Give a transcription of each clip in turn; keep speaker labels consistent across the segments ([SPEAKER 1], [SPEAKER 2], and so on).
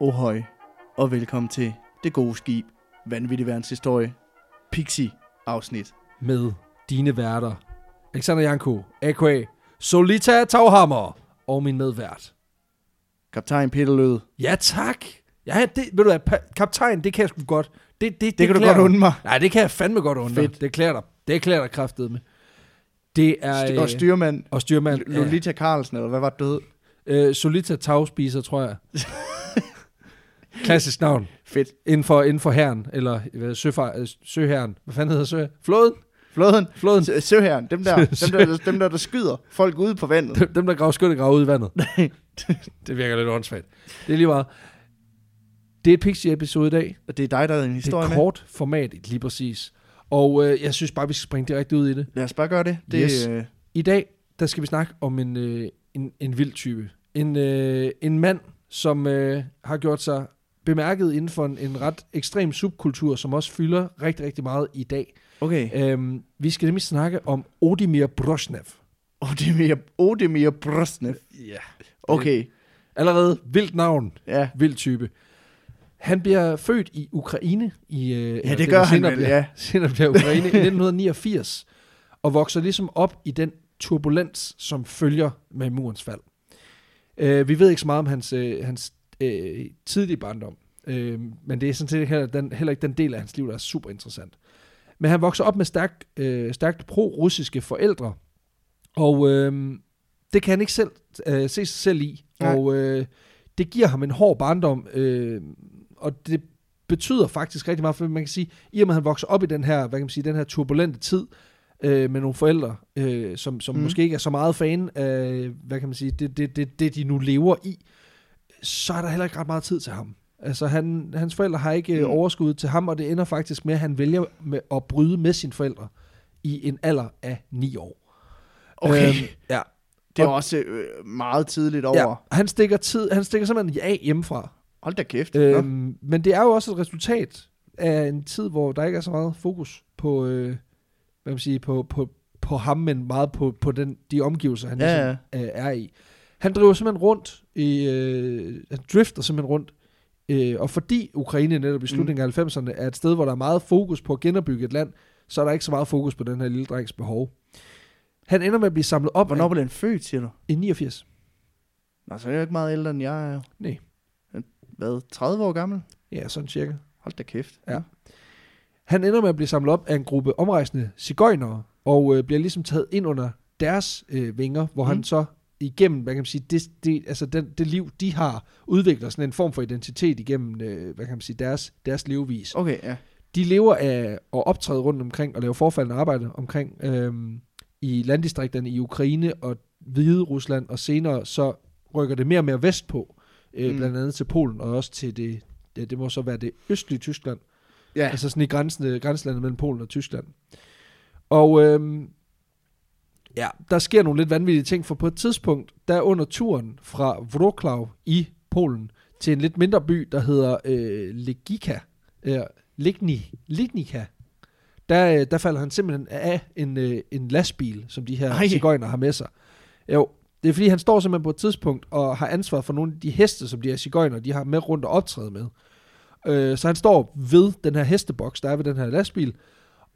[SPEAKER 1] Ohøj, og velkommen til Det Gode Skib, Vanvittig Verdens Historie, Pixie-afsnit.
[SPEAKER 2] med dine værter. Alexander Janko, a.k.a. Solita Taghammer og min medvært.
[SPEAKER 1] Kaptajn Peter Lød, det,
[SPEAKER 2] Ja, tak. Ja, det, ved du hvad, pa- kaptajn, det kan jeg sgu godt. Det, det, det,
[SPEAKER 1] kan du
[SPEAKER 2] klæder
[SPEAKER 1] godt
[SPEAKER 2] dig.
[SPEAKER 1] undre mig.
[SPEAKER 2] Nej, det kan jeg fandme godt undre.
[SPEAKER 1] Fedt.
[SPEAKER 2] Fedt. Det klæder dig. Det klæder dig kraftet med. Det er...
[SPEAKER 1] St- og styrmand,
[SPEAKER 2] og øh, styrmand.
[SPEAKER 1] L- Lolita Carlsen, eller hvad var det, du hed?
[SPEAKER 2] Ja. Øh, Solita Tagspiser, tror jeg. Klassisk navn.
[SPEAKER 1] Fedt.
[SPEAKER 2] Inden for, inden for herren, eller hvad, søfar, øh, søherren. Hvad fanden hedder sø? Flåden?
[SPEAKER 1] Flåden,
[SPEAKER 2] Flåden.
[SPEAKER 1] S- søherren, dem der, dem, der, dem, der, dem der, der skyder folk ude på vandet.
[SPEAKER 2] Dem- Dem, der graver skytte, graver ud i vandet. det virker lidt åndssvagt. Det er lige meget. Det er et Pixie-episode i dag.
[SPEAKER 1] Og det er dig, der er en
[SPEAKER 2] Det er
[SPEAKER 1] historie
[SPEAKER 2] et
[SPEAKER 1] med.
[SPEAKER 2] kort format, lige præcis. Og øh, jeg synes bare, vi skal springe direkte ud i det.
[SPEAKER 1] Lad os bare gøre det. Det,
[SPEAKER 2] Yes.
[SPEAKER 1] øh,
[SPEAKER 2] I dag, der skal vi snakke om en, øh, en, en vild type. En, øh, en mand, som øh, har gjort sig bemærket inden for en, en ret ekstrem subkultur, som også fylder rigtig, rigtig meget i dag.
[SPEAKER 1] okay.
[SPEAKER 2] Øhm, vi skal nemlig snakke om Odimir Brosnev.
[SPEAKER 1] Odemir, Odemir Brosnev.
[SPEAKER 2] Ja.
[SPEAKER 1] Okay,
[SPEAKER 2] Allerede vildt navn.
[SPEAKER 1] ja.
[SPEAKER 2] vild type. Han bliver født i Ukraine. I, øh, eller
[SPEAKER 1] det
[SPEAKER 2] det
[SPEAKER 1] gør
[SPEAKER 2] der
[SPEAKER 1] han
[SPEAKER 2] senere
[SPEAKER 1] vel,
[SPEAKER 2] bliver,
[SPEAKER 1] ja.
[SPEAKER 2] Senere bliver Ukraine i 1989, og vokser ligesom op i den turbulens, som følger med murens fald. Øh, vi ved ikke så meget om hans, øh, hans øh, tidlige barndom, øh, men det er sådan set heller, den, heller ikke den del af hans liv, der er super interessant. Men han vokser op med stærkt, øh, stærkt pro-russiske forældre, og øh, det kan han ikke selv øh, se sig selv i.
[SPEAKER 1] Nej.
[SPEAKER 2] Og øh, det giver ham en hård barndom, øh, og det betyder faktisk rigtig meget, for man kan sige, i og med at han vokser op i den her, hvad kan man sige, den her turbulente tid, øh, med nogle forældre, øh, som, som
[SPEAKER 1] Mm.
[SPEAKER 2] mm. måske ikke er så meget fan af, hvad kan man sige, det, det, det, det de nu lever i, så er der heller ikke ret meget tid til ham. Altså han, hans forældre har ikke
[SPEAKER 1] Mm.
[SPEAKER 2] mm. overskud til ham, og det ender faktisk med, at han vælger med at bryde med sine forældre i en alder af 9 år.
[SPEAKER 1] Okay.
[SPEAKER 2] Øhm, ja.
[SPEAKER 1] Det er også øh, meget tidligt over.
[SPEAKER 2] ja. Han stikker, tid, han stikker simpelthen af hjemmefra.
[SPEAKER 1] Hold da kæft. Nå.
[SPEAKER 2] Øhm, men det er jo også et resultat af en tid, hvor der ikke er så meget fokus på, øh, hvad kan man sige, på, på, på ham, men meget på, på den, de omgivelser, han
[SPEAKER 1] Ja,
[SPEAKER 2] ja, ligesom, Øh, er i. Han driver simpelthen rundt, i, øh, han drifter simpelthen rundt, øh, og fordi Ukraine netop
[SPEAKER 1] Mm.
[SPEAKER 2] i slutningen af 90'erne er et sted, hvor der er meget fokus på at genopbygge et land, så er der ikke så meget fokus på den her lille drengs behov. Han ender med at blive samlet op
[SPEAKER 1] Hvornår blev den født, siger du?
[SPEAKER 2] af- i 89.
[SPEAKER 1] Nej, så er jeg jo ikke meget ældre, end jeg er. jo.
[SPEAKER 2] Nej.
[SPEAKER 1] Hvad, 30 år gammel?
[SPEAKER 2] Ja, sådan cirka.
[SPEAKER 1] Hold da kæft.
[SPEAKER 2] Ja. Han ender med at blive samlet op af en gruppe omrejsende cigøjnere, og øh, bliver ligesom taget ind under deres øh, vinger, hvor mm.
[SPEAKER 1] Mm.
[SPEAKER 2] han så igennem, hvad kan man sige, det, det, altså den, det liv, de har, udvikler sådan en form for identitet igennem, øh, hvad kan man sige, deres, deres levevis.
[SPEAKER 1] Okay, ja.
[SPEAKER 2] De lever af at optræde rundt omkring og lave forfaldende arbejde omkring øh, i landdistrikterne i Ukraine og Hvide Rusland, og senere så rykker det mere og mere vestpå, øh,
[SPEAKER 1] Mm.
[SPEAKER 2] mm. blandt andet til Polen og også til det, det, det må så være det østlige Tyskland,
[SPEAKER 1] Ja,
[SPEAKER 2] Altså sådan i grænsen, grænselandet mellem Polen og Tyskland. Og øhm, ja, der sker nogle lidt vanvittige ting, for på et tidspunkt, der under turen fra Wroclaw i Polen til en lidt mindre by, der hedder øh, Legika, øh, Ligni, Lignika, der, øh, der falder han simpelthen af en, øh, en lastbil, som de
[SPEAKER 1] Ej.
[SPEAKER 2] her cigøjner har med sig. Jo, det er fordi, han står simpelthen på et tidspunkt og har ansvar for nogle af de heste, som de her cigøjner, de har med rundt og optræde med. Øh, så han står ved den her hesteboks, der er ved den her lastbil.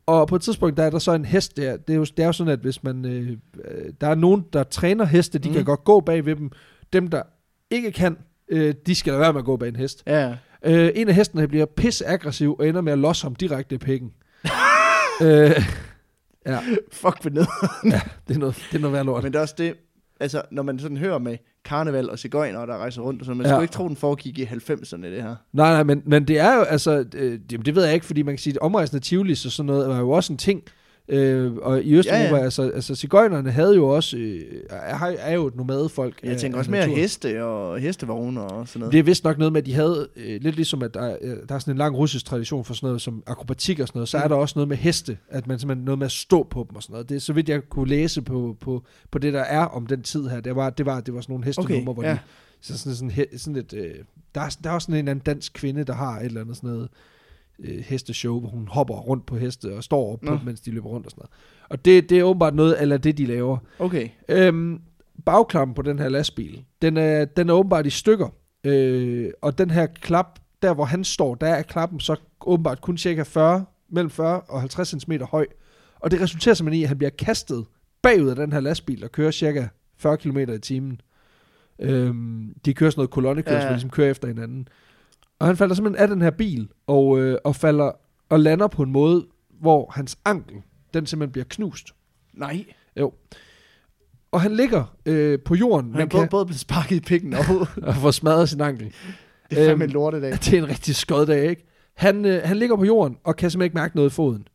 [SPEAKER 2] Og på et tidspunkt, der er der så en hest der. Det er jo, det er jo sådan, at hvis man... Øh, øh, der er nogen, der træner heste, de
[SPEAKER 1] Mm.
[SPEAKER 2] mm. kan godt gå bag ved dem. Dem, der ikke kan, øh, de skal lade være med at gå bag en hest.
[SPEAKER 1] ja.
[SPEAKER 2] Øh, en af hestene bliver pisseaggressiv og ender med at losse ham direkte i pikken. øh, ja,
[SPEAKER 1] Fuck ved ned.
[SPEAKER 2] det er noget, det er noget værd lort.
[SPEAKER 1] Men det er også det, altså, når man sådan hører med karneval og cigøjner, der rejser rundt, og sådan, man ja.
[SPEAKER 2] Ja.
[SPEAKER 1] skulle ikke tro, den foregik i 90'erne, det her.
[SPEAKER 2] Nej, nej, men, men det er jo, altså, øh, det, det ved jeg ikke, fordi man kan sige, at omrejsende Tivolis og sådan noget var jo også en ting. Øh, og i Østeuropa,
[SPEAKER 1] Ja,
[SPEAKER 2] ja,
[SPEAKER 1] ja.
[SPEAKER 2] ja. altså, altså cigøjnerne havde jo også, øh, er, er jo et nomadefolk.
[SPEAKER 1] Jeg
[SPEAKER 2] af-
[SPEAKER 1] tænker
[SPEAKER 2] af
[SPEAKER 1] også mere
[SPEAKER 2] natur.
[SPEAKER 1] heste og hestevogne og sådan noget.
[SPEAKER 2] Det er vist nok noget med, at de havde, øh, lidt ligesom at der, øh, der er sådan en lang russisk tradition for sådan noget som akrobatik og sådan noget, så er
[SPEAKER 1] Mm.
[SPEAKER 2] der også noget med heste, at man simpelthen noget med at stå på dem og sådan noget. Det er så vidt jeg kunne læse på, på, på det, der er om den tid her, det var, det var, at det var sådan nogle hestenumre, hvor
[SPEAKER 1] ja.
[SPEAKER 2] de, så sådan, sådan, he, sådan et, øh, der, er, der er også sådan en eller anden dansk kvinde, der har et eller andet sådan noget øh, hesteshow, hvor hun hopper rundt på heste og står op på
[SPEAKER 1] Nå.
[SPEAKER 2] dem, mens de løber rundt og sådan noget. Og det, det er åbenbart noget, eller det, de laver.
[SPEAKER 1] Okay.
[SPEAKER 2] Øhm, bagklampen på den her lastbil, den er, den er åbenbart i stykker. Øh, og den her klap, der hvor han står, der er klappen så åbenbart kun cirka 40, mellem 40 og 50 cm høj. Og det resulterer simpelthen i, at han bliver kastet bagud af den her lastbil og kører cirka 40 km i timen. Øhm, de kører sådan noget kolonnekørsel,
[SPEAKER 1] Ja.
[SPEAKER 2] ja. ligesom kører efter hinanden. Og han falder simpelthen af den her bil, og, øh, og falder og lander på en måde, hvor hans ankel, den simpelthen bliver knust.
[SPEAKER 1] Nej,
[SPEAKER 2] Og han ligger øh, på jorden,
[SPEAKER 1] han er
[SPEAKER 2] men
[SPEAKER 1] både,
[SPEAKER 2] kan,
[SPEAKER 1] både blevet sparket i pikken og
[SPEAKER 2] og får smadret sin ankel.
[SPEAKER 1] Det er fandme
[SPEAKER 2] Øhm,
[SPEAKER 1] en lortedag.
[SPEAKER 2] Det er en rigtig skød dag, ikke? Han, øh, han ligger på jorden og kan simpelthen ikke mærke noget i foden.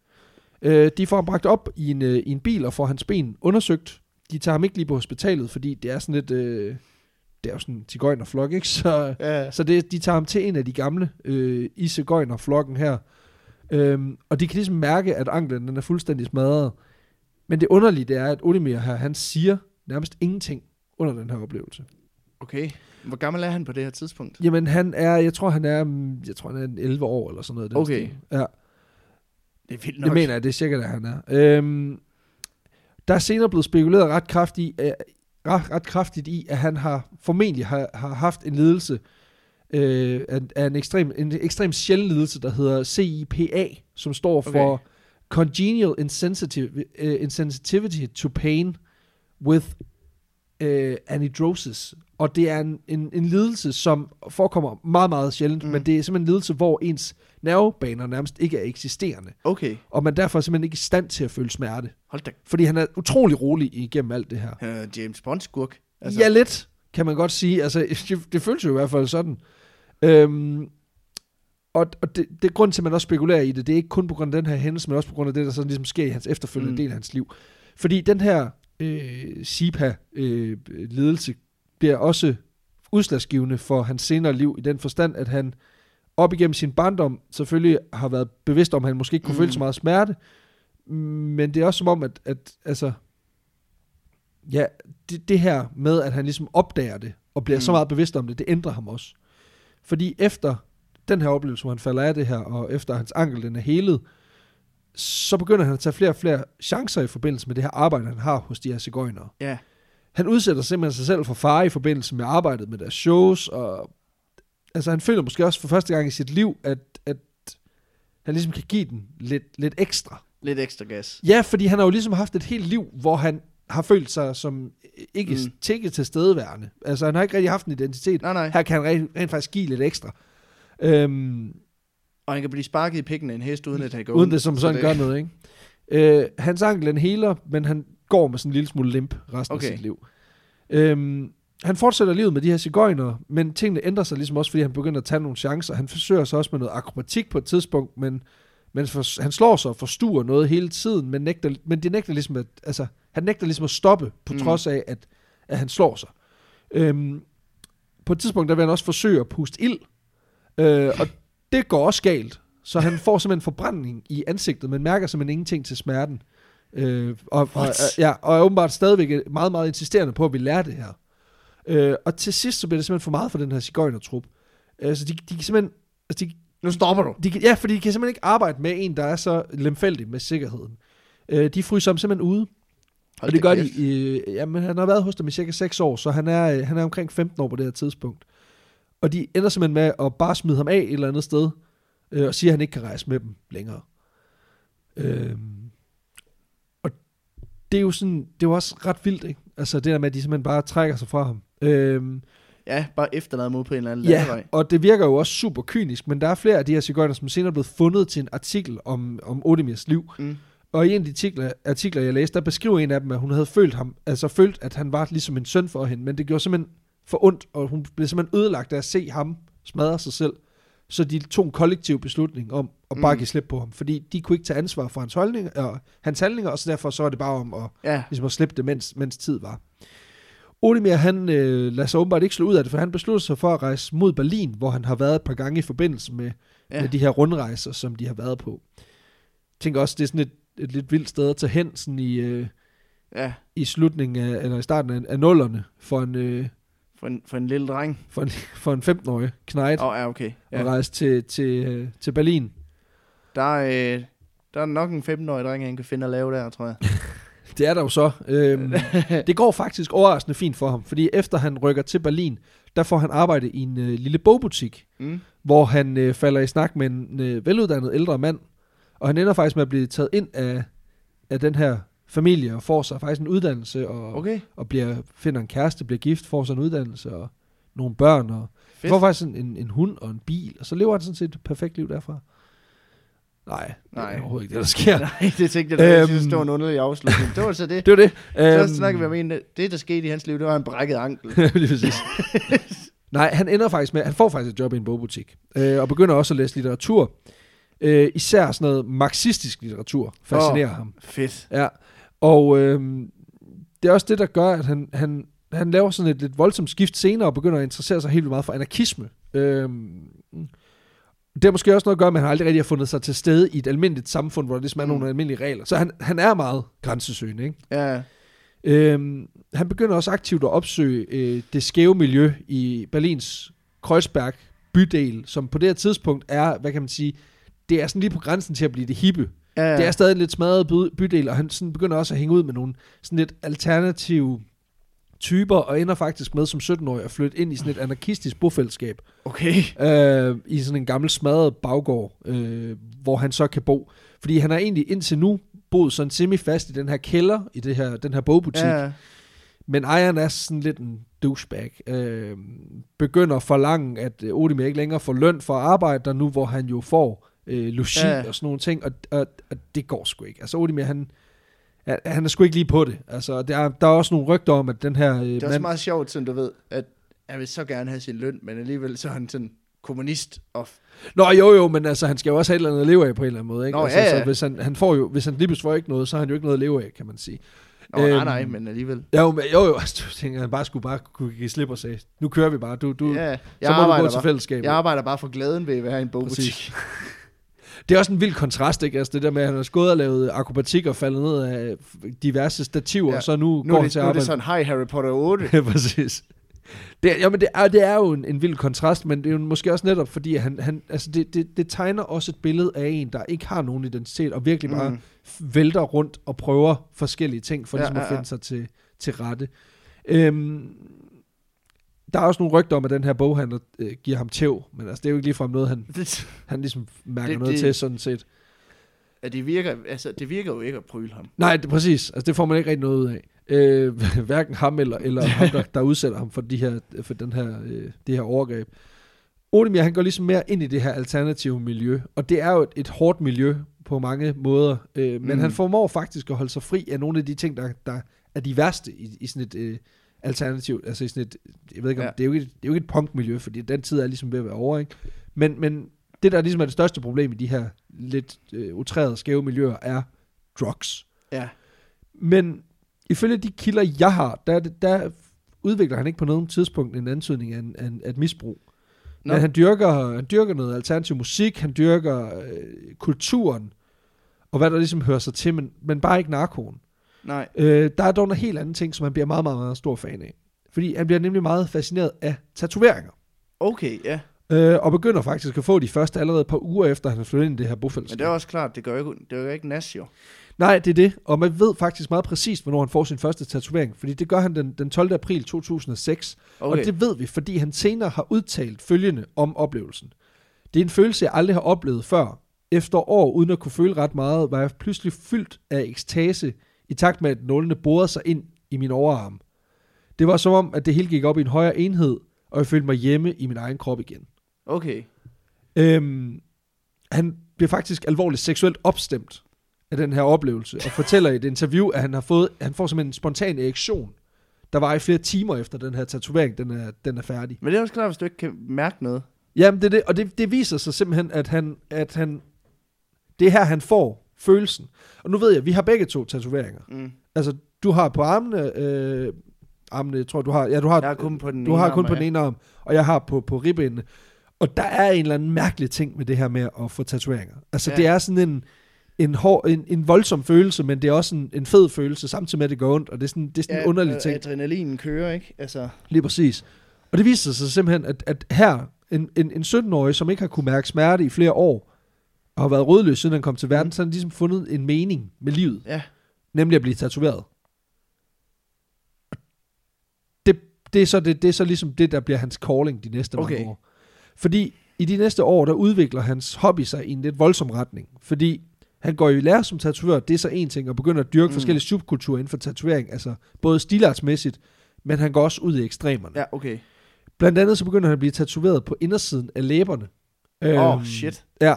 [SPEAKER 2] Øh, de får ham bragt op i en, øh, i en bil og får hans ben undersøgt. De tager ham ikke lige på hospitalet, fordi det er sådan lidt... Øh, det er jo sådan en og flok, ikke? Så,
[SPEAKER 1] Ja.
[SPEAKER 2] så det, de tager ham til en af de gamle øh, i og flokken her. Øhm, og de kan ligesom mærke, at anklen den er fuldstændig smadret. Men det underlige det er, at Olimir her, han siger nærmest ingenting under den her oplevelse.
[SPEAKER 1] Okay. Hvor gammel er han på det her tidspunkt?
[SPEAKER 2] Jamen han er, jeg tror han er, mm, jeg tror han er en 11 år eller sådan noget. i Den
[SPEAKER 1] Okay.
[SPEAKER 2] stil. Ja,
[SPEAKER 1] Det er vildt
[SPEAKER 2] det mener jeg, det er cirka der han er. Øhm, der er senere blevet spekuleret ret kraftigt, i, øh, ret, ret kraftigt i, at han har formentlig har, har haft en lidelse øh, af, af en ekstrem, en ekstrem sjælden lidelse, der hedder CIPA, som står for
[SPEAKER 1] Okay.
[SPEAKER 2] Congenial Insensitive, øh, Insensitivity to Pain with øh, anhidrosis, og det er en, en, en lidelse, som forekommer meget, meget sjældent,
[SPEAKER 1] Mm.
[SPEAKER 2] mm. men det er simpelthen en lidelse, hvor ens nervebaner nærmest ikke er eksisterende,
[SPEAKER 1] Okay.
[SPEAKER 2] og man derfor er simpelthen ikke i stand til at føle smerte,
[SPEAKER 1] Hold da.
[SPEAKER 2] fordi han er utrolig rolig igennem alt det her.
[SPEAKER 1] Han er James Bond-skurk.
[SPEAKER 2] Altså. Ja, lidt, kan man godt sige. Altså, det, det føles jo i hvert fald sådan. Øhm, og og det, det er grund til, at man også spekulerer i det. Det er ikke kun på grund af den her hændelse, men også på grund af det, der sådan ligesom sker i hans efterfølgende
[SPEAKER 1] Mm.
[SPEAKER 2] mm. del af hans liv. Fordi den her øh, SIPA-ledelse bliver også udslagsgivende for hans senere liv, i den forstand, at han op igennem sin barndom selvfølgelig har været bevidst om, at han måske ikke kunne mm. føle
[SPEAKER 1] Mm.
[SPEAKER 2] så meget smerte, men det er også som om, at, at altså, ja, det, det her med, at han ligesom opdager det, og bliver mm. så
[SPEAKER 1] Mm.
[SPEAKER 2] meget bevidst om det, det ændrer ham også. Fordi efter den her oplevelse, hvor han falder af det her, og efter hans ankel den er helet, så begynder han at tage flere og flere chancer i forbindelse med det her arbejde, han har hos de her cigøjnere.
[SPEAKER 1] Ja.
[SPEAKER 2] Han udsætter simpelthen sig selv for fare i forbindelse med arbejdet med deres shows, og altså, han føler måske også for første gang i sit liv, at, at han ligesom kan give den lidt, lidt ekstra.
[SPEAKER 1] Lidt ekstra gas.
[SPEAKER 2] Ja, fordi han har jo ligesom haft et helt liv, hvor han har følt sig som ikke
[SPEAKER 1] Mm.
[SPEAKER 2] mm. tække til stedeværende. Altså, han har ikke rigtig haft en identitet.
[SPEAKER 1] Nej, nej.
[SPEAKER 2] Her kan han rent, rent faktisk give lidt ekstra. Øhm,
[SPEAKER 1] Og han kan blive sparket i pikken af en hest, uden at han går
[SPEAKER 2] uden det som sådan gør noget, ikke? Øh, hans ankel er en healer, men han går med sådan en lille smule limp resten
[SPEAKER 1] Okay.
[SPEAKER 2] okay. af sit liv. Øhm, han fortsætter livet med de her cigøjner, men tingene ændrer sig ligesom også, fordi han begynder at tage nogle chancer. Han forsøger sig også med noget akrobatik på et tidspunkt, men, men for, han slår sig og forstuer noget hele tiden, men, nægter, men det nægter ligesom at, altså, han nægter ligesom at stoppe, på
[SPEAKER 1] Mm.
[SPEAKER 2] mm. trods af, at, at han slår sig. Øhm, på et tidspunkt, der vil han også forsøge at puste ild, øh, og det går også galt. Så han får simpelthen forbrænding i ansigtet, men mærker simpelthen ingenting til smerten. Øh, og, og,
[SPEAKER 1] What?
[SPEAKER 2] ja, og er åbenbart stadigvæk meget, meget insisterende på, at vi lærer det her. Øh, og til sidst, så bliver det simpelthen for meget for den her cigøjnertrup. Øh, så de, de kan simpelthen... Altså de,
[SPEAKER 1] Nu stopper du.
[SPEAKER 2] de kan, ja, fordi de kan simpelthen ikke arbejde med en, der er så lemfældig med sikkerheden. Øh, de fryser ham simpelthen ude, og det gør de. Øh, jamen, han har været hos dem i cirka 6 år, så han er, øh, han er omkring 15 år på det her tidspunkt. Og de ender simpelthen med at bare smide ham af et eller andet sted, øh, og siger, at han ikke kan rejse med dem længere. Øh, og det er jo sådan, det er jo også ret vildt, ikke? Altså det der med, at de simpelthen bare trækker sig fra ham. Øh,
[SPEAKER 1] Ja, bare efterlade mod på en eller anden
[SPEAKER 2] Ja,
[SPEAKER 1] landevej.
[SPEAKER 2] og det virker jo også super kynisk, men der er flere af de her cigøjner, som senere er blevet fundet til en artikel om, om Odemirs liv.
[SPEAKER 1] Mm.
[SPEAKER 2] Og i en af de artikler, artikler, jeg læste, der beskriver en af dem, at hun havde følt ham, altså følt, at han var ligesom en søn for hende, men det gjorde simpelthen for ondt, og hun blev simpelthen ødelagt af at se ham smadre sig selv. Så de tog en kollektiv beslutning om at bare
[SPEAKER 1] Mm.
[SPEAKER 2] mm. give slip på ham, fordi de kunne ikke tage ansvar for hans, holdning, og hans handlinger, og så derfor så er det bare om at
[SPEAKER 1] Ja,
[SPEAKER 2] ligesom at slippe det, mens, mens tid var. Olimir, han øh, lader sig åbenbart ikke slå ud af det, for han besluttede sig for at rejse mod Berlin, hvor han har været et par gange i forbindelse med, ja.
[SPEAKER 1] ja.
[SPEAKER 2] med de her rundrejser, som de har været på. Jeg tænker også, det er sådan et, et lidt vildt sted at tage hen sådan i, øh,
[SPEAKER 1] ja.
[SPEAKER 2] i slutningen af, eller i starten af, af nullerne for en, øh,
[SPEAKER 1] For en, for en lille dreng.
[SPEAKER 2] for en, for en 15-årig knejt
[SPEAKER 1] Åh, oh, ja, okay.
[SPEAKER 2] ja. at
[SPEAKER 1] Ja.
[SPEAKER 2] rejse til, til, øh, til Berlin.
[SPEAKER 1] Der, er, øh, der er nok en 15-årig dreng, han kan finde at lave der, tror jeg.
[SPEAKER 2] Det er der jo så. Øhm, det går faktisk overraskende fint for ham, fordi efter han rykker til Berlin, der får han arbejde i en øh, lille bogbutik,
[SPEAKER 1] Mm.
[SPEAKER 2] hvor han øh, falder i snak med en øh, veluddannet ældre mand, og han ender faktisk med at blive taget ind af, af den her familie, og får sig faktisk en uddannelse, og,
[SPEAKER 1] Okay,
[SPEAKER 2] og bliver, finder en kæreste, bliver gift, får sig en uddannelse, og nogle børn, og
[SPEAKER 1] fedt.
[SPEAKER 2] Fedt. får faktisk en, en, en hund og en bil, og så lever han sådan set et perfekt liv derfra. Nej,
[SPEAKER 1] Nej.
[SPEAKER 2] det er overhovedet ikke det, der sker.
[SPEAKER 1] Nej, det tænkte jeg da. Jeg
[SPEAKER 2] Øhm.
[SPEAKER 1] synes, det var en underlig afslutning. Det var så det.
[SPEAKER 2] Det var det.
[SPEAKER 1] Så
[SPEAKER 2] Øhm,
[SPEAKER 1] snakker vi om en, det der skete i hans liv, det var en brækket ankel.
[SPEAKER 2] Lige præcis. Nej, han ender faktisk med, han får faktisk et job i en bogbutik, øh, og begynder også at læse litteratur. Øh, især sådan noget marxistisk litteratur fascinerer oh. ham.
[SPEAKER 1] Fedt.
[SPEAKER 2] Ja. Og øh, det er også det, der gør, at han, han, han laver sådan et lidt voldsomt skift senere, og begynder at interessere sig helt vildt meget for anarkisme. Øh, det har måske også noget at gøre med, at han aldrig rigtig har fundet sig til stede i et almindeligt samfund, hvor der ligesom er nogle
[SPEAKER 1] Mm.
[SPEAKER 2] almindelige regler. Så han, han er meget grænsesøgende, ikke?
[SPEAKER 1] Ja,
[SPEAKER 2] Øhm, han begynder også aktivt at opsøge øh, det skæve miljø i Berlins Kreuzberg bydel, som på det her tidspunkt er, hvad kan man sige, det er sådan lige på grænsen til at blive det hippe.
[SPEAKER 1] ja,
[SPEAKER 2] Ja.
[SPEAKER 1] ja.
[SPEAKER 2] Det er stadig en lidt smadret by- bydel, og han sådan begynder også at hænge ud med nogle sådan lidt alternative typer, og ender faktisk med som 17-årig at flytte ind i sådan et anarkistisk bofællesskab,
[SPEAKER 1] okay.
[SPEAKER 2] øh, i sådan en gammel smadret baggård, øh, hvor han så kan bo. Fordi han har egentlig indtil nu boet sådan semi-fast i den her kælder, i det her, den her bogbutik,
[SPEAKER 1] Ja, ja.
[SPEAKER 2] men ejeren er sådan lidt en douchebag. Øh, begynder at forlange, at øh, Odemir ikke længere får løn for at arbejde der nu, hvor han jo får øh, logi
[SPEAKER 1] Ja.
[SPEAKER 2] ja. og sådan nogle ting, og, og, og det går sgu ikke. Altså Odemir, han, ja, han er sgu ikke lige på det. Altså, der, er, der er også nogle rygter om, at den her... Øh,
[SPEAKER 1] Det er også meget sjovt, som du ved, at han vil så gerne have sin løn, men alligevel så er han sådan kommunist. Og
[SPEAKER 2] Nå jo jo, men altså, han skal jo også have et eller andet at leve af på en eller anden måde. Ikke?
[SPEAKER 1] Nå,
[SPEAKER 2] altså,
[SPEAKER 1] ja, ja.
[SPEAKER 2] Så hvis han, han får jo, hvis han lige pludselig får ikke noget, så har han jo ikke noget at leve af, kan man sige.
[SPEAKER 1] Nå, øhm, nej,
[SPEAKER 2] Øhm,
[SPEAKER 1] nej, men alligevel.
[SPEAKER 2] Jo, men, jo, jo, altså, du tænker, han bare skulle bare kunne give slip og sige, nu kører vi bare, du, du,
[SPEAKER 1] Ja,
[SPEAKER 2] ja,
[SPEAKER 1] jeg,
[SPEAKER 2] så må du
[SPEAKER 1] arbejder
[SPEAKER 2] gå til
[SPEAKER 1] bare,
[SPEAKER 2] fællesskabet.
[SPEAKER 1] jeg arbejder bare for glæden ved at være i en bogbutik.
[SPEAKER 2] Præcis. Det er også en vild kontrast, ikke? Altså det der med, at han har gået og lavet akrobatik og faldet ned af diverse stativer,
[SPEAKER 1] Ja.
[SPEAKER 2] ja. og så nu,
[SPEAKER 1] Nu
[SPEAKER 2] går
[SPEAKER 1] er,
[SPEAKER 2] han
[SPEAKER 1] det, nu
[SPEAKER 2] til
[SPEAKER 1] er det
[SPEAKER 2] arbejde.
[SPEAKER 1] sådan, hej Harry Potter 8.
[SPEAKER 2] Ja, præcis. Det er, jo, men det er, det er jo en, en vild kontrast, men det er jo måske også netop, fordi han, han, altså det, det, det tegner også et billede af en, der ikke har nogen identitet, og virkelig bare
[SPEAKER 1] Mm.
[SPEAKER 2] mm. vælter rundt og prøver forskellige ting, for
[SPEAKER 1] Ja,
[SPEAKER 2] ja, ligesom
[SPEAKER 1] ja,
[SPEAKER 2] at
[SPEAKER 1] ja.
[SPEAKER 2] finde sig til, til rette. Øhm, der er også nogle rygter om, at den her boghandler øh, giver ham tæv, men altså, det er jo ikke ligefrem noget, han,
[SPEAKER 1] Det,
[SPEAKER 2] han ligesom mærker
[SPEAKER 1] Det-
[SPEAKER 2] det, noget
[SPEAKER 1] det-
[SPEAKER 2] det, til, sådan set.
[SPEAKER 1] ja, det, virker, altså, det virker jo ikke at pryle ham.
[SPEAKER 2] Nej, det, præcis. Altså, det får man ikke rigtig noget ud af. Øh, hverken ham eller, eller ham, der, der udsætter ham for, de her, for den her, øh, det her overgreb. Odemir, han går ligesom mere ind i det her alternative miljø, og det er jo et, et hårdt miljø på mange måder, øh, men
[SPEAKER 1] Mm.
[SPEAKER 2] mm. han formår faktisk at holde sig fri af nogle af de ting, der, der er de værste i, i sådan et øh, alternativt, altså i sådan et, jeg ved ikke om,
[SPEAKER 1] Ja.
[SPEAKER 2] ja. det, er jo ikke, det er jo ikke et punkmiljø, fordi den tid er ligesom ved at være over, ikke? Men, men det, der ligesom er det største problem i de her lidt øh, utrærede, skæve miljøer, er drugs.
[SPEAKER 1] Ja.
[SPEAKER 2] Men ifølge de kilder, jeg har, der, er det- der udvikler han ikke på noget tidspunkt en antydning af, en, af, en- af et misbrug.
[SPEAKER 1] Nå.
[SPEAKER 2] Nå. Men han dyrker, han dyrker noget alternativ musik, han dyrker øh, kulturen, og hvad der ligesom hører sig til, men, men bare ikke narkoen.
[SPEAKER 1] Nej.
[SPEAKER 2] Øh, der er dog en helt anden ting, som han bliver meget, meget, meget stor fan af. Fordi han bliver nemlig meget fascineret af tatoveringer.
[SPEAKER 1] Okay, ja.
[SPEAKER 2] Øh, og begynder faktisk at få de første allerede et par uger efter, han er flyttet ind i det her
[SPEAKER 1] Men
[SPEAKER 2] bofællesskab.
[SPEAKER 1] det er også klart, det gør jo ikke, det gør jo ikke nas jo.
[SPEAKER 2] Nej, det er det. Og man ved faktisk meget præcist, hvornår han får sin første tatovering. Fordi det gør han den, den 12. april 2006. Okay.
[SPEAKER 1] Okay.
[SPEAKER 2] Og det ved vi, fordi han senere har udtalt følgende om oplevelsen. Det er en følelse, jeg aldrig har oplevet før. Efter år, uden at kunne føle ret meget, var jeg pludselig fyldt af ekstase, i takt med, at nålene borede sig ind i min overarm. Det var som om, at det hele gik op i en højere enhed, og jeg følte mig hjemme i min egen krop igen.
[SPEAKER 1] Okay.
[SPEAKER 2] Øhm, han bliver faktisk alvorligt seksuelt opstemt af den her oplevelse, og fortæller i et interview, at han har fået, han får simpelthen en spontan erektion, der var i flere timer efter den her tatovering, den er, den er færdig.
[SPEAKER 1] Men det er også klart, hvis du ikke kan mærke noget.
[SPEAKER 2] Jamen, det er det, og det, det viser sig simpelthen, at han, at han, det er her, han får følelsen. Og nu ved jeg, vi har begge to tatoveringer.
[SPEAKER 1] Mm.
[SPEAKER 2] Altså, du har på armene, øh, armene, jeg tror du har, ja, du har,
[SPEAKER 1] Jeg har kun på den
[SPEAKER 2] du har
[SPEAKER 1] ene
[SPEAKER 2] kun
[SPEAKER 1] arm,
[SPEAKER 2] på
[SPEAKER 1] ja.
[SPEAKER 2] den ene arm, og jeg har på, på ribbenene. Og der er en eller anden mærkelig ting med det her med at få tatoveringer. Altså
[SPEAKER 1] Ja.
[SPEAKER 2] ja. det er sådan en, en, hård, en, en voldsom følelse, men det er også en, en fed følelse, samtidig med at det går ondt, og det er sådan, det er sådan en underlig
[SPEAKER 1] og
[SPEAKER 2] ting.
[SPEAKER 1] Adrenalinen kører, ikke? Altså,
[SPEAKER 2] Lige præcis. Og det viser sig simpelthen, at, at her, en, en, en 17-årig, som ikke har kunne mærke smerte i flere år, og har været rodløs, siden han kom til verden, så har han ligesom fundet en mening med livet.
[SPEAKER 1] Mm. Ja.
[SPEAKER 2] nemlig at blive tatoveret. Og Det, det, er så, det, det er så ligesom det, der bliver hans calling de næste okay.
[SPEAKER 1] Okay.
[SPEAKER 2] mange år. Fordi i de næste år, der udvikler hans hobby sig i en lidt voldsom retning. Fordi han går jo i lære som tatovør, det er så en ting, og begynder at dyrke
[SPEAKER 1] Mm.
[SPEAKER 2] mm. forskellige subkulturer inden for tatovering, altså både stilartsmæssigt, men han går også ud i ekstremerne.
[SPEAKER 1] Ja, okay.
[SPEAKER 2] Blandt andet så begynder han at blive tatoveret på indersiden af læberne.
[SPEAKER 1] Åh, oh,
[SPEAKER 2] Øhm,
[SPEAKER 1] shit.
[SPEAKER 2] Ja.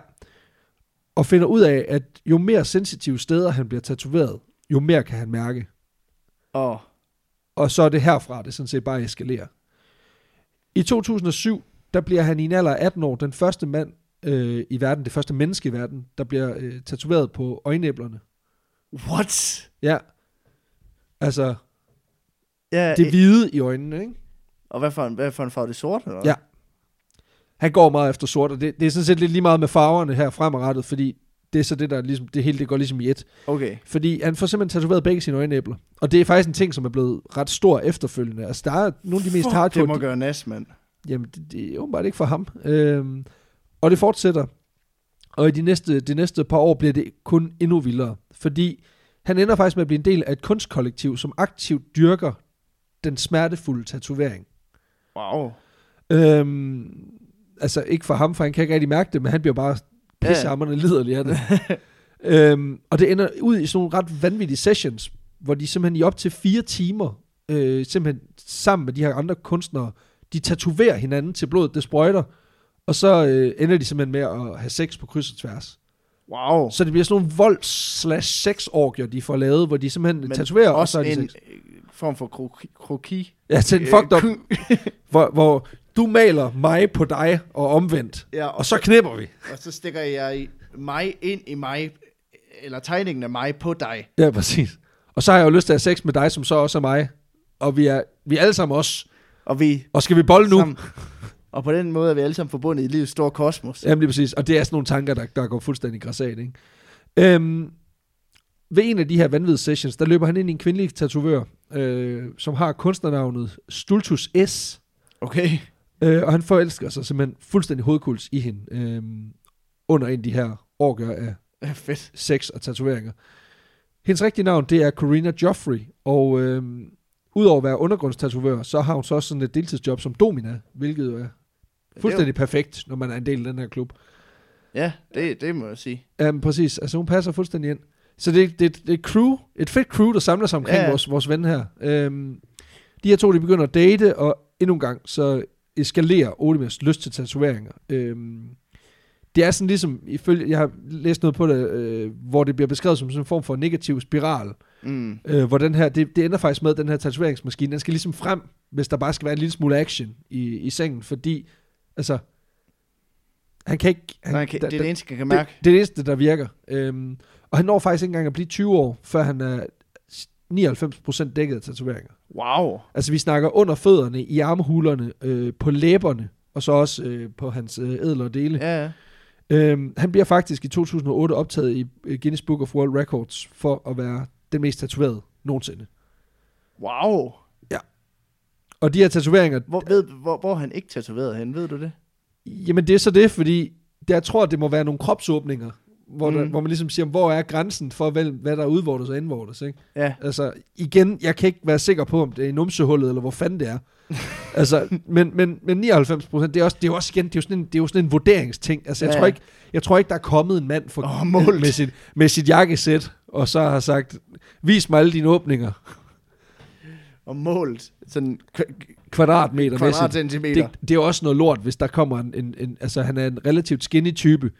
[SPEAKER 2] Og finder ud af, at jo mere sensitive steder han bliver tatoveret, jo mere kan han mærke.
[SPEAKER 1] Åh, oh,
[SPEAKER 2] Og så er det herfra, det sådan set bare eskalerer. I 2007, der bliver han i en alder af 18 år den første mand øh, i verden, det første menneske i verden, der bliver øh, tatoveret på øjenæblerne.
[SPEAKER 1] what?
[SPEAKER 2] Ja. Altså,
[SPEAKER 1] Ja,
[SPEAKER 2] det hvide i øjnene, ikke?
[SPEAKER 1] og hvad for, en, hvad for en farve? Det er sort? Eller?
[SPEAKER 2] Ja. Han går meget efter sort, og det, det er sådan set lidt lige meget med farverne her fremadrettet, fordi det er så det, der ligesom, det hele det går ligesom i et.
[SPEAKER 1] Okay.
[SPEAKER 2] Fordi han får simpelthen tatoveret begge sine øjenæbler. Og det er faktisk en ting, som er blevet ret stor efterfølgende. Altså, der er nogle af de mest
[SPEAKER 1] Fuck,
[SPEAKER 2] hardcore...
[SPEAKER 1] Det må gøre nas, mand.
[SPEAKER 2] Jamen, det, det er åbenbart ikke for ham. Øhm, og det fortsætter. Og i de næste, de næste par år bliver det kun endnu vildere. Fordi han ender faktisk med at blive en del af et kunstkollektiv, som aktivt dyrker den smertefulde tatovering.
[SPEAKER 1] Wow.
[SPEAKER 2] Øhm, altså ikke for ham, for han kan ikke rigtig mærke det, men han bliver bare
[SPEAKER 1] Ja.
[SPEAKER 2] pissehammerne liderlig af det. øhm, og det ender ud i sådan nogle ret vanvittige sessions, hvor de simpelthen i op til fire timer, øh, simpelthen sammen med de her andre kunstnere, de tatoverer hinanden til blodet, det sprøjter, og så øh, ender de simpelthen med at have sex på kryds og tværs.
[SPEAKER 1] Wow.
[SPEAKER 2] Så det bliver sådan nogle vold slash sex orgier de får lavet, hvor de simpelthen
[SPEAKER 1] Men
[SPEAKER 2] tatoverer, og
[SPEAKER 1] Også
[SPEAKER 2] så er de
[SPEAKER 1] en
[SPEAKER 2] sex.
[SPEAKER 1] øh, form for kroki. kroki.
[SPEAKER 2] Ja, til en
[SPEAKER 1] øh,
[SPEAKER 2] fucked up,
[SPEAKER 1] ku-
[SPEAKER 2] hvor, hvor du maler mig på dig, og omvendt.
[SPEAKER 1] Ja, og,
[SPEAKER 2] Og så knipper vi.
[SPEAKER 1] og så stikker jeg i mig ind i mig, eller tegningen af mig på dig.
[SPEAKER 2] Ja, præcis. Og så har jeg jo lyst til at have sex med dig, som så også er mig. Og vi er, vi er alle sammen os.
[SPEAKER 1] Og vi
[SPEAKER 2] Og skal vi bolle nu?
[SPEAKER 1] sammen. Og på den måde er vi alle sammen forbundet i livets store kosmos.
[SPEAKER 2] Jamen lige præcis. Og det er sådan nogle tanker, der, der går fuldstændig græsat, ikke? Øhm, ved en af de her vanvittige sessions, der løber han ind i en kvindelig tatovør, øh, som har kunstnernavnet Stultus S.
[SPEAKER 1] Okay.
[SPEAKER 2] Øh, og han forelsker sig simpelthen fuldstændig hovedkuls i hende. Øh, under en af de her årgør af
[SPEAKER 1] Ja, Fedt.
[SPEAKER 2] sex og tatoveringer. Hendes rigtige navn, det er Corina Joffrey, og øhm, udover at være undergrundstatovør, så har hun så også sådan et deltidsjob som domina, hvilket jo er fuldstændig perfekt, når man er en del af den her klub.
[SPEAKER 1] Ja, det, det må jeg sige.
[SPEAKER 2] Jamen præcis, altså hun passer fuldstændig ind. Så det, det, det er et crew, et fedt crew, der samler sig omkring
[SPEAKER 1] Ja.
[SPEAKER 2] ja. vores, vores ven her. Øhm, de her to, de begynder at date, og endnu en gang, så eskalerer Olimers lyst til tatoveringer. Øhm, det er sådan ligesom, ifølge, jeg har læst noget på det, øh, hvor det bliver beskrevet som sådan en form for negativ spiral,
[SPEAKER 1] Mm.
[SPEAKER 2] øh, hvor den her, det, det ender faktisk med, at den her tatoveringsmaskine, den skal ligesom frem, hvis der bare skal være en lille smule action i, i sengen, fordi, altså, han kan ikke... Han,
[SPEAKER 1] Nej, kan,
[SPEAKER 2] der-
[SPEAKER 1] det er
[SPEAKER 2] der-
[SPEAKER 1] det eneste, jeg kan mærke.
[SPEAKER 2] det, det er det eneste, der virker. Øhm, og han når faktisk ikke engang at blive 20 år, før han er 99% dækket af tatoveringer.
[SPEAKER 1] Wow.
[SPEAKER 2] Altså vi snakker under fødderne, i armhulerne, øh, på læberne, og så også øh, på hans øh, ædlere dele.
[SPEAKER 1] Ja, ja.
[SPEAKER 2] Øhm, han bliver faktisk i 2008 optaget i øh, Guinness Book of World Records for at være den mest tatoverede nogensinde.
[SPEAKER 1] wow.
[SPEAKER 2] Og de her tatoveringer,
[SPEAKER 1] Hvor, ved, hvor, hvor er han ikke tatoveret hen, ved du det?
[SPEAKER 2] jamen det er så det, fordi det- jeg tror, det må være nogle kropsåbninger, hvor, mm. der,
[SPEAKER 1] Mm.
[SPEAKER 2] hvor man ligesom siger, hvor er grænsen for, hvad, hvad der er udvortes og indvortes, ikke?
[SPEAKER 1] Ja,
[SPEAKER 2] Altså, igen, jeg kan ikke være sikker på, om det er i numsehullet, eller hvor fanden det er. altså, men, men, men 99 procent, det er også, det er jo også igen, det er jo sådan en, det er jo sådan en vurderingsting. Altså, jeg,
[SPEAKER 1] Ja.
[SPEAKER 2] tror ikke, jeg tror ikke, der er kommet en mand for,
[SPEAKER 1] Åh, målt.
[SPEAKER 2] med, sit, med sit jakkesæt, og så har sagt, vis mig alle dine åbninger,
[SPEAKER 1] og målt sådan kv-
[SPEAKER 2] kvadratmeter.
[SPEAKER 1] kvadratcentimeter.
[SPEAKER 2] Det, det er også noget lort, hvis der kommer en, en, en, altså han er en relativt skinny type,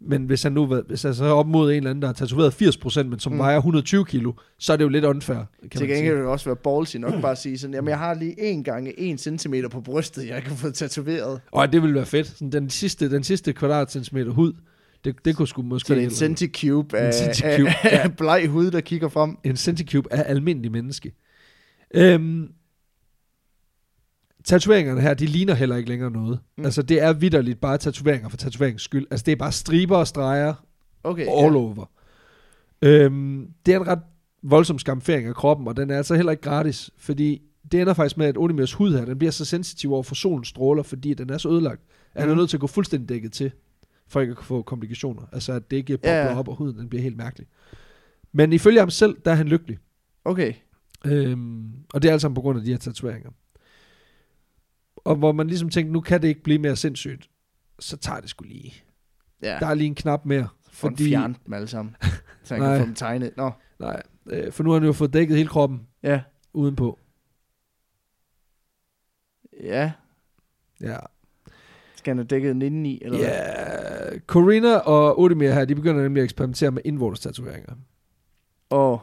[SPEAKER 2] men hvis han nu var- hvis han så er op mod en eller anden, der har tatoveret 80%, men som
[SPEAKER 1] Mm.
[SPEAKER 2] mm. vejer 120 kilo, så er det jo lidt unfair. Kan
[SPEAKER 1] Til gengæld vil det også være ballsy nok bare at sige sådan, jamen jeg har lige en gange en centimeter på brystet, jeg kan få tatoveret.
[SPEAKER 2] Og det ville være fedt. Sådan den sidste, den sidste kvadratcentimeter hud, det, det kunne sgu måske...
[SPEAKER 1] Så det er en
[SPEAKER 2] et eller andet.
[SPEAKER 1] centicube
[SPEAKER 2] En
[SPEAKER 1] af,
[SPEAKER 2] centicube,
[SPEAKER 1] af, af bleg hud, der kigger frem.
[SPEAKER 2] En centicube er almindelig menneske. Øhm, tatoveringerne her, de ligner heller ikke længere noget.
[SPEAKER 1] Mm.
[SPEAKER 2] Mm. Altså, det er vidderligt bare tatoveringer for tatoveringens skyld. Altså, det er bare striber og streger
[SPEAKER 1] Okay,
[SPEAKER 2] all over. Øhm, det er en ret voldsom skamfering af kroppen, og den er altså heller ikke gratis, fordi det ender faktisk med, at Olimers hud her, den bliver så sensitiv over for solens stråler, fordi den er så ødelagt, at han er
[SPEAKER 1] Mhm.
[SPEAKER 2] nødt til at gå fuldstændig dækket til, for ikke at få komplikationer. Altså at det ikke
[SPEAKER 1] Ja,
[SPEAKER 2] bobler
[SPEAKER 1] ja.
[SPEAKER 2] op, og huden den bliver helt mærkelig. Men ifølge ham selv, der er han lykkelig.
[SPEAKER 1] Okay.
[SPEAKER 2] Øhm, og det er altså på grund af de her tatoveringer. Og hvor man ligesom tænkte, nu kan det ikke blive mere sindssygt. Så tager det sgu lige.
[SPEAKER 1] Ja,
[SPEAKER 2] Der er lige en knap mere.
[SPEAKER 1] fordi...
[SPEAKER 2] Fordi,
[SPEAKER 1] fjerne dem alle sammen. Så jeg
[SPEAKER 2] Nej.
[SPEAKER 1] kan få dem tegnet. Nå,
[SPEAKER 2] nej, øh, for nu har han jo fået dækket hele kroppen
[SPEAKER 1] ja.
[SPEAKER 2] udenpå.
[SPEAKER 1] Ja,
[SPEAKER 2] Ja.
[SPEAKER 1] skal han have dækket den indeni? Eller hvad?
[SPEAKER 2] ja. Corina og Odemir her, de begynder nemlig at eksperimentere med indvortes tatoveringer.
[SPEAKER 1] Og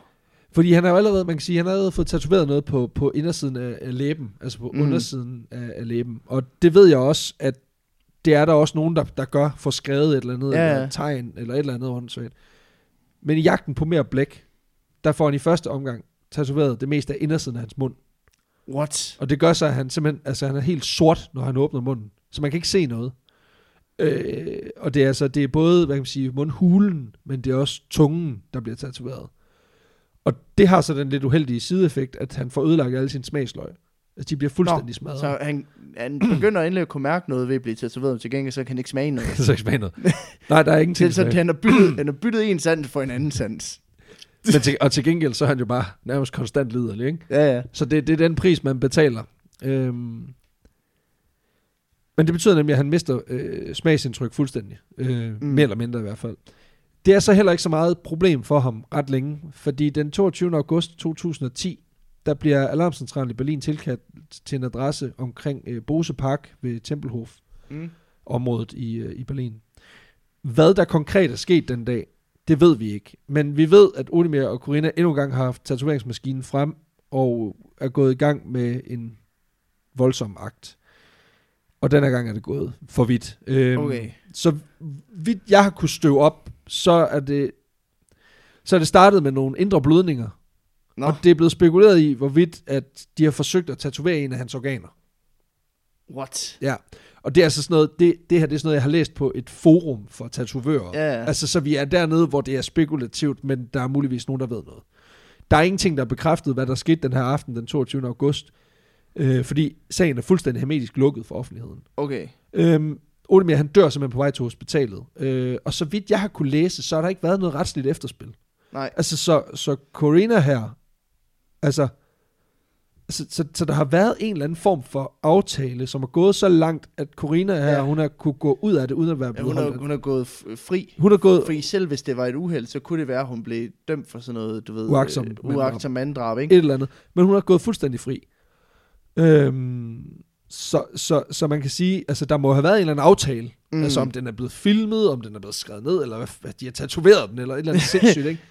[SPEAKER 2] Fordi han har jo allerede, man kan sige, han har allerede fået tatoveret noget på, på indersiden af, af læben, altså på mm.
[SPEAKER 1] Mhm.
[SPEAKER 2] undersiden af, af læben. Og det ved jeg også, at det er der også nogen, der, der gør, får skrevet et eller andet,
[SPEAKER 1] Ja,
[SPEAKER 2] ja. eller
[SPEAKER 1] ja.
[SPEAKER 2] et tegn, eller et eller andet åndssvagt. Men i jagten på mere blæk, der får han i første omgang tatoveret det meste af indersiden af hans mund.
[SPEAKER 1] what?
[SPEAKER 2] Og det gør så, at han simpelthen, altså han er helt sort, når han åbner munden. Så man kan ikke se noget. Øh, og det er altså, det er både, hvad kan man sige, mundhulen, men det er også tungen, der bliver tatoveret. Og det har så den lidt uheldige sideeffekt, at han får ødelagt alle sine smagsløg. Altså, de bliver fuldstændig Nå, smadret.
[SPEAKER 1] Så han, han begynder endelig at kunne mærke noget ved at blive tatoveret, men til gengæld så kan han ikke smage noget.
[SPEAKER 2] så ikke smage noget. Nej, der er
[SPEAKER 1] Det er
[SPEAKER 2] ingenting
[SPEAKER 1] sådan,
[SPEAKER 2] tilbage.
[SPEAKER 1] han har byttet, han har byttet en sans for en anden sans.
[SPEAKER 2] Men til, og til gengæld, så er han jo bare nærmest konstant liderlig, ikke?
[SPEAKER 1] Ja, ja.
[SPEAKER 2] Så det, det er den pris, man betaler. Øhm. Men det betyder nemlig, at han mister øh, smagsindtryk fuldstændig. Øh, mm.
[SPEAKER 1] Mm.
[SPEAKER 2] Mere eller mindre i hvert fald. Det er så heller ikke så meget et problem for ham ret længe, fordi den 22. august 2010, der bliver alarmcentralen i Berlin tilkaldt til en adresse omkring øh, Bose Park ved Tempelhof
[SPEAKER 1] Mm.
[SPEAKER 2] området i, øh, i Berlin. Hvad der konkret er sket den dag, det ved vi ikke. Men vi ved, at Olimir og Corinna endnu engang har haft tatoveringsmaskinen frem og er gået i gang med en voldsom akt. Og den her gang er det gået for vidt. Øhm,
[SPEAKER 1] Okay.
[SPEAKER 2] Så vidt jeg har kunne støve op, så er det så er det startet med nogle indre blødninger.
[SPEAKER 1] Nå,
[SPEAKER 2] Og det er blevet spekuleret i, hvorvidt at de har forsøgt at tatovere en af hans organer.
[SPEAKER 1] what?
[SPEAKER 2] Ja, og det er altså sådan noget, det, det her det er sådan noget, jeg har læst på et forum for tatovører.
[SPEAKER 1] Ja, ja.
[SPEAKER 2] Altså, så vi er dernede, hvor det er spekulativt, men der er muligvis nogen, der ved noget. Der er ingenting, der er bekræftet, hvad der skete den her aften den 22. august, øh, fordi sagen er fuldstændig hermetisk lukket for offentligheden.
[SPEAKER 1] Okay.
[SPEAKER 2] Øhm, Olimir, han dør simpelthen på vej til hospitalet. Øh, og så vidt jeg har kunne læse, så har der ikke været noget retsligt efterspil.
[SPEAKER 1] Nej.
[SPEAKER 2] Altså, så, så Corina her, altså, så, så, så der har været en eller anden form for aftale, som er gået så langt, at Corina her, ja.
[SPEAKER 1] Ja.
[SPEAKER 2] hun har kunne gå ud af det, uden at være
[SPEAKER 1] Ja,
[SPEAKER 2] blevet
[SPEAKER 1] hun,
[SPEAKER 2] ja,
[SPEAKER 1] er, hun er gået f- fri.
[SPEAKER 2] hun er gået,
[SPEAKER 1] Fordi selv hvis det var et uheld, så kunne det være, at hun blev dømt for sådan noget, du ved...
[SPEAKER 2] Uagtsomt
[SPEAKER 1] øh, uagtsomt manddrab, ikke?
[SPEAKER 2] et eller andet, men hun er gået fuldstændig fri. Øhm, så, så, så man kan sige, altså der må have været en eller anden aftale, Mm. Altså om den er blevet filmet, om den er blevet skrevet ned, eller hvad, hvad de har tatoveret den, eller et eller andet sindssygt, ikke?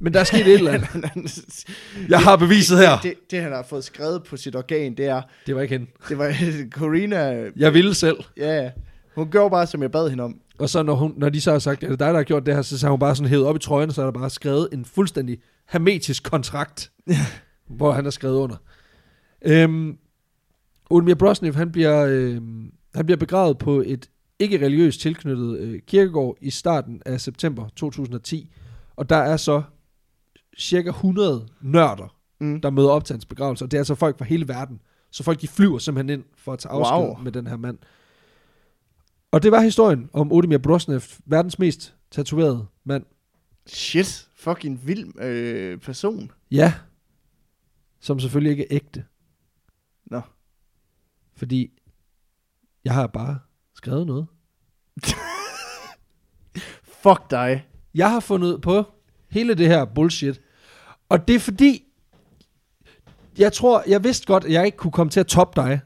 [SPEAKER 2] Men der er sket et eller andet. Jeg har beviset her.
[SPEAKER 1] Mm. det, det, han har fået skrevet på sit organ, det er...
[SPEAKER 2] Det var ikke hende.
[SPEAKER 1] Det var Corina...
[SPEAKER 2] Jeg ville selv.
[SPEAKER 1] Ja, hun gjorde bare, som jeg bad hende om.
[SPEAKER 2] Og så når, hun, når de så har sagt, er det dig, der har gjort det her, så så har hun bare sådan hævet op i trøjen, og så er der bare skrevet en fuldstændig hermetisk kontrakt, hvor han har skrevet under. Øhm, Ulmir Brosnev, han bliver, øhm, han bliver begravet på et ikke-religiøst tilknyttet øh, kirkegård i starten af september 2010, og der er så cirka 100 nørder,
[SPEAKER 1] Mm.
[SPEAKER 2] der møder op til hans begravelse, og det er altså folk fra hele verden. Så folk de flyver simpelthen ind for at tage afsked wow.
[SPEAKER 1] Wow.
[SPEAKER 2] med den her mand. Og det var historien om Odemir Brosnev, verdens mest tatoverede mand.
[SPEAKER 1] Shit, fucking vild øh, person.
[SPEAKER 2] Ja. Som selvfølgelig ikke er ægte.
[SPEAKER 1] Nå.
[SPEAKER 2] Fordi jeg har bare skrevet noget.
[SPEAKER 1] Fuck dig.
[SPEAKER 2] Jeg har fundet på hele det her bullshit. Og det er fordi, jeg tror, jeg vidste godt, at jeg ikke kunne komme til at toppe dig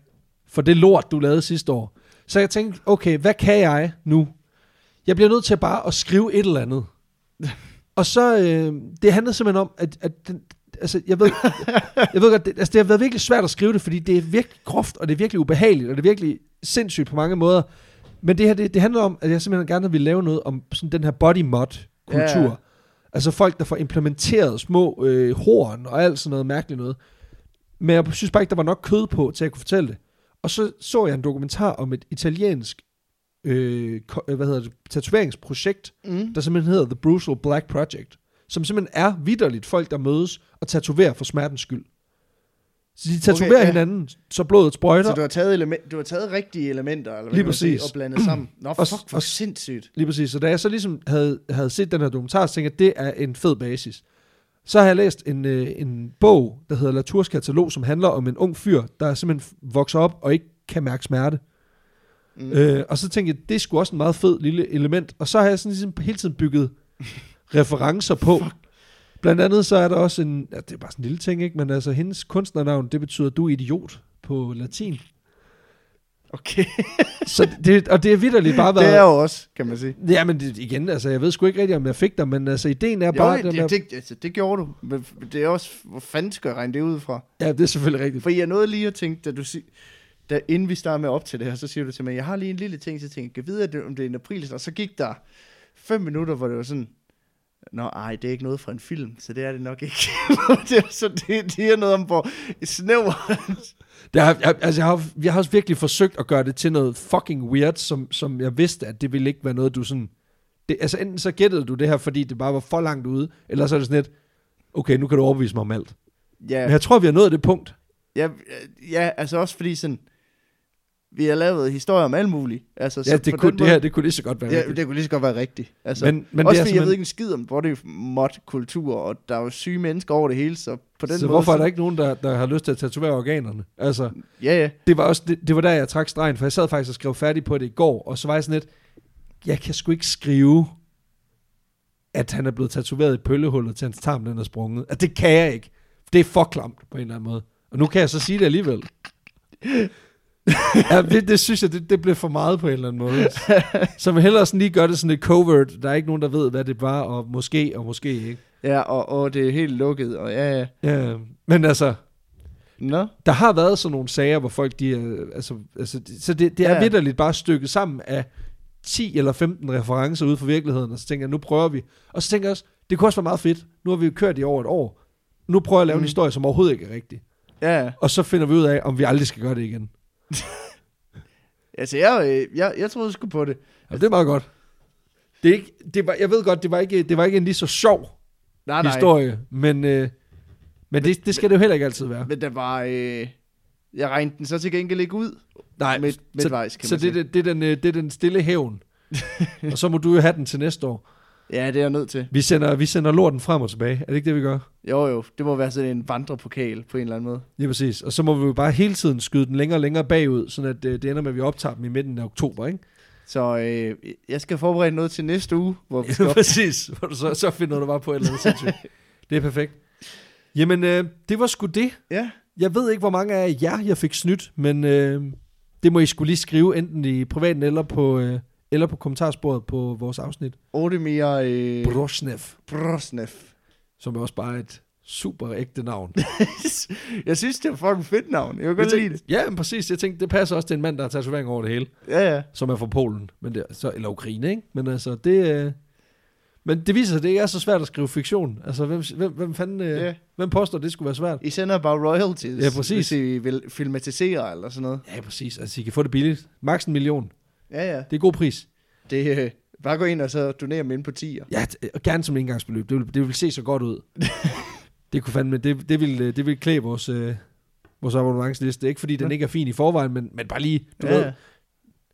[SPEAKER 2] for det lort, du lavede sidste år. Så jeg tænkte, okay, hvad kan jeg nu? Jeg bliver nødt til bare at skrive et eller andet. Og så, øh, det handler simpelthen om, at, at den, altså, jeg ved, jeg ved godt, det, altså, det har været virkelig svært at skrive det, fordi det er virkelig groft, og det er virkelig ubehageligt, og det er virkelig sindssygt på mange måder. Men det her, det, det handler om, at jeg simpelthen gerne vil lave noget om sådan den her body mod kultur.
[SPEAKER 1] Ja.
[SPEAKER 2] Yeah. Altså folk, der får implementeret små øh, horn og alt sådan noget mærkeligt noget. Men jeg synes bare ikke, der var nok kød på, til at jeg kunne fortælle det. Og så så jeg en dokumentar om et italiensk øh, ko- øh, hvad hedder det, tatoveringsprojekt,
[SPEAKER 1] Mm.
[SPEAKER 2] der simpelthen hedder The Brutal Black Project, som simpelthen er vidderligt folk, der mødes og tatoverer for smertens skyld. Så de tatoverer okay,
[SPEAKER 1] Okay,
[SPEAKER 2] ja.
[SPEAKER 1] ja.
[SPEAKER 2] hinanden, så blodet sprøjter.
[SPEAKER 1] Så du har taget, element, du har taget rigtige elementer, eller hvad
[SPEAKER 2] Lige
[SPEAKER 1] kan man sige,
[SPEAKER 2] præcis.
[SPEAKER 1] og blandet sammen. Nå,
[SPEAKER 2] Og s-
[SPEAKER 1] fuck, hvor
[SPEAKER 2] og s-
[SPEAKER 1] sindssygt.
[SPEAKER 2] Lige præcis. Så da jeg så ligesom havde, havde set den her dokumentar, så tænkte jeg, at det er en fed basis. Så har jeg læst en, øh, en bog, der hedder Latours katalog, som handler om en ung fyr, der simpelthen vokser op og ikke kan mærke smerte.
[SPEAKER 1] Mm.
[SPEAKER 2] Øh, og så tænkte jeg, det skulle også en meget fed lille element. Og så har jeg sådan ligesom hele tiden bygget referencer på. Blandt andet så er der også en, ja, det er bare sådan en lille ting, ikke? men altså hendes kunstnernavn, det betyder, du er idiot på latin.
[SPEAKER 1] Okay.
[SPEAKER 2] Så det, og det er vidderligt bare
[SPEAKER 1] Det
[SPEAKER 2] været...
[SPEAKER 1] er jo også, kan man sige.
[SPEAKER 2] Ja, men det, igen, altså, jeg ved sgu ikke rigtigt, om jeg fik dig, men altså, ideen er bare...
[SPEAKER 1] Jo,
[SPEAKER 2] den
[SPEAKER 1] det, det, altså, det gjorde du. Men f- det er også, hvor fanden skal jeg regne det ud fra?
[SPEAKER 2] der, ja, det er selvfølgelig rigtigt.
[SPEAKER 1] For jeg nåede lige at tænke, da du sig, da, inden vi starter med op til det her, så siger du til mig, jeg har lige en lille ting, så tænkte jeg, kan vide, at det- om det er en april, og så gik der fem minutter, hvor det var sådan, Nå, ej, det er ikke noget fra en film, så det er det nok ikke. det er, så det, det er noget om, hvor snæver...
[SPEAKER 2] Det har, jeg, altså, jeg har, jeg har også virkelig forsøgt at gøre det til noget fucking weird, som, som jeg vidste, at det ville ikke være noget, du sådan... Det, altså, enten så gættede du det her, fordi det bare var for langt ude, eller så er det sådan lidt, okay, nu kan du overbevise mig om alt. Men
[SPEAKER 1] Ja,
[SPEAKER 2] jeg tror, vi har nået det punkt.
[SPEAKER 1] ja, ja, altså også fordi sådan, vi har lavet historier om alt muligt. Altså,
[SPEAKER 2] Ja, det, kunne, det her, det kunne lige så godt være
[SPEAKER 1] Ja,
[SPEAKER 2] rigtigt.
[SPEAKER 1] det kunne lige så godt være rigtigt. Altså,
[SPEAKER 2] Men-
[SPEAKER 1] men,
[SPEAKER 2] men
[SPEAKER 1] men også
[SPEAKER 2] det er
[SPEAKER 1] fordi jeg
[SPEAKER 2] simpelthen-
[SPEAKER 1] ved ikke en skid om, hvor det er mod-kultur, og der er jo syge mennesker over det hele, så på den
[SPEAKER 2] så
[SPEAKER 1] måde...
[SPEAKER 2] hvorfor er der ikke nogen, der, der har lyst til at tatovere organerne? Altså,
[SPEAKER 1] Ja, ja.
[SPEAKER 2] det var, også, det, det var der, jeg trak stregen, for jeg sad faktisk og skrev færdig på det i går, og så var jeg sådan lidt, jeg kan sgu ikke skrive, at han er blevet tatoveret i pøllehullet, til hans tarm den er sprunget. At det kan jeg ikke. Det er for klamt på en eller anden måde. Og nu kan jeg så sige det alligevel. ja, det, det synes jeg, det, det blev for meget på en eller anden måde. Så man hellere sådan lige gør det sådan lidt covert. Der er ikke nogen, der ved, hvad det var, og måske, og måske ikke.
[SPEAKER 1] Ja, og, og det er helt lukket, og ja, ja.
[SPEAKER 2] Ja, men altså,
[SPEAKER 1] Nå?
[SPEAKER 2] Der har været sådan nogle sager, hvor folk de er, altså, altså, de- så det, det er
[SPEAKER 1] Ja.
[SPEAKER 2] ja. vidderligt bare stykket sammen af 10 eller 15 referencer ude fra virkeligheden, og så tænker jeg, nu prøver vi. Og så tænker jeg også, det kunne også være meget fedt, nu har vi jo kørt i over et år, nu prøver jeg at lave mm.
[SPEAKER 1] Mm.
[SPEAKER 2] en historie, som overhovedet ikke er rigtig.
[SPEAKER 1] Ja, ja.
[SPEAKER 2] Og så finder vi ud af, om vi aldrig skal gøre det igen.
[SPEAKER 1] Altså, jeg, øh, jeg, jeg troede sgu på det.
[SPEAKER 2] Og det er meget godt. Det er ikke, det var, jeg ved godt, det var ikke, det var ikke en lige så sjov
[SPEAKER 1] Ah, Nej,
[SPEAKER 2] nej. historie, men, øh, men det, det skal det jo heller ikke altid være.
[SPEAKER 1] Men der var... Øh, jeg regnede den så til gengæld ikke ud
[SPEAKER 2] Nej,
[SPEAKER 1] midt,
[SPEAKER 2] så,
[SPEAKER 1] midtvejs, kan
[SPEAKER 2] så
[SPEAKER 1] man
[SPEAKER 2] det, er
[SPEAKER 1] sige.
[SPEAKER 2] den- det, er den, øh, det er den stille hævn. og så må du jo have den til næste år.
[SPEAKER 1] Ja, det er jeg nødt til.
[SPEAKER 2] Vi sender, vi sender lorten frem og tilbage. Er det ikke det, vi gør?
[SPEAKER 1] Jo, jo. Det må være sådan en vandrepokal på en eller anden måde.
[SPEAKER 2] Ja, præcis. Og så må vi jo bare hele tiden skyde den længere og længere bagud, sådan at øh, det ender med, at vi optager dem i midten af oktober, ikke?
[SPEAKER 1] Så øh, jeg skal forberede noget til næste uge, hvor vi skal op.
[SPEAKER 2] præcis. Hvor du så, så finder du bare på et eller andet sindssygt. Det er perfekt. Jamen, øh, det var sgu det.
[SPEAKER 1] Ja,
[SPEAKER 2] Jeg ved ikke, hvor mange af jer, jeg fik snydt, men øh, det må I skulle lige skrive, enten i privaten eller på, øh, eller på kommentarsporet på vores afsnit.
[SPEAKER 1] Odemir øh,
[SPEAKER 2] Brosnev,
[SPEAKER 1] Brosnev.
[SPEAKER 2] som er også bare et super ægte navn.
[SPEAKER 1] jeg synes, det er fucking fedt navn. Jeg kan godt lide det.
[SPEAKER 2] Ja, men præcis. Jeg tænkte, det passer også til en mand, der har tatovering over det hele.
[SPEAKER 1] Ja, ja.
[SPEAKER 2] som er fra Polen, men det, så, eller Ukraine, ikke? Men altså, det... Øh, men det viser sig, at det ikke er så svært at skrive fiktion. Altså, hvem, hvem, hvem fanden... Øh,
[SPEAKER 1] Ja.
[SPEAKER 2] yeah. Hvem påstår, at det skulle være svært?
[SPEAKER 1] I sender bare royalties,
[SPEAKER 2] Ja, præcis.
[SPEAKER 1] hvis I vil filmatisere eller sådan noget.
[SPEAKER 2] Ja, præcis. Altså, I kan få det billigt. Max en million.
[SPEAKER 1] Ja, ja.
[SPEAKER 2] Det er en god pris.
[SPEAKER 1] Det, øh, bare gå ind og så donere dem ind på 10'er.
[SPEAKER 2] Ja, t- og gerne som indgangsbeløb. Det vil, det vil se så godt ud. det kunne fandme... Det, det vil, øh, det vil klæde vores... Øh, vores abonnementsliste. Ikke fordi den
[SPEAKER 1] Ja.
[SPEAKER 2] ikke er fin i forvejen, men, men bare lige, du
[SPEAKER 1] Ja,
[SPEAKER 2] ja. ved,
[SPEAKER 1] ja.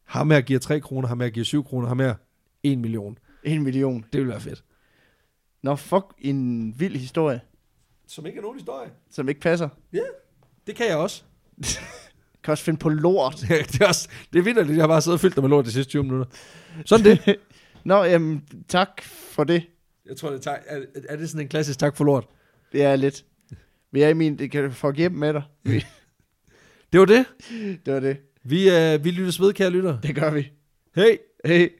[SPEAKER 2] ham her giver 3 kroner, ham her giver 7 kroner, ham her 1 million.
[SPEAKER 1] En million.
[SPEAKER 2] Det vil være fedt.
[SPEAKER 1] Nå, fuck en vild historie,
[SPEAKER 2] Som ikke er nogen historie.
[SPEAKER 1] som ikke passer.
[SPEAKER 2] Det kan jeg også.
[SPEAKER 1] Kan også finde på lort.
[SPEAKER 2] det er også, det er vildt, at jeg har bare siddet og fyldt dig med lort de sidste 20 minutter. Sådan det.
[SPEAKER 1] Nå, jamen, tak for det.
[SPEAKER 2] jeg tror, det er, tak, er, er, det sådan en klassisk tak for lort?
[SPEAKER 1] Det er lidt. Vi er i min, det kan få hjem med dig. Vi-
[SPEAKER 2] Det var det.
[SPEAKER 1] det var det.
[SPEAKER 2] Vi, øh, vi lyttes ved, kære lytter.
[SPEAKER 1] Det gør vi.
[SPEAKER 2] Hej!
[SPEAKER 1] Hey.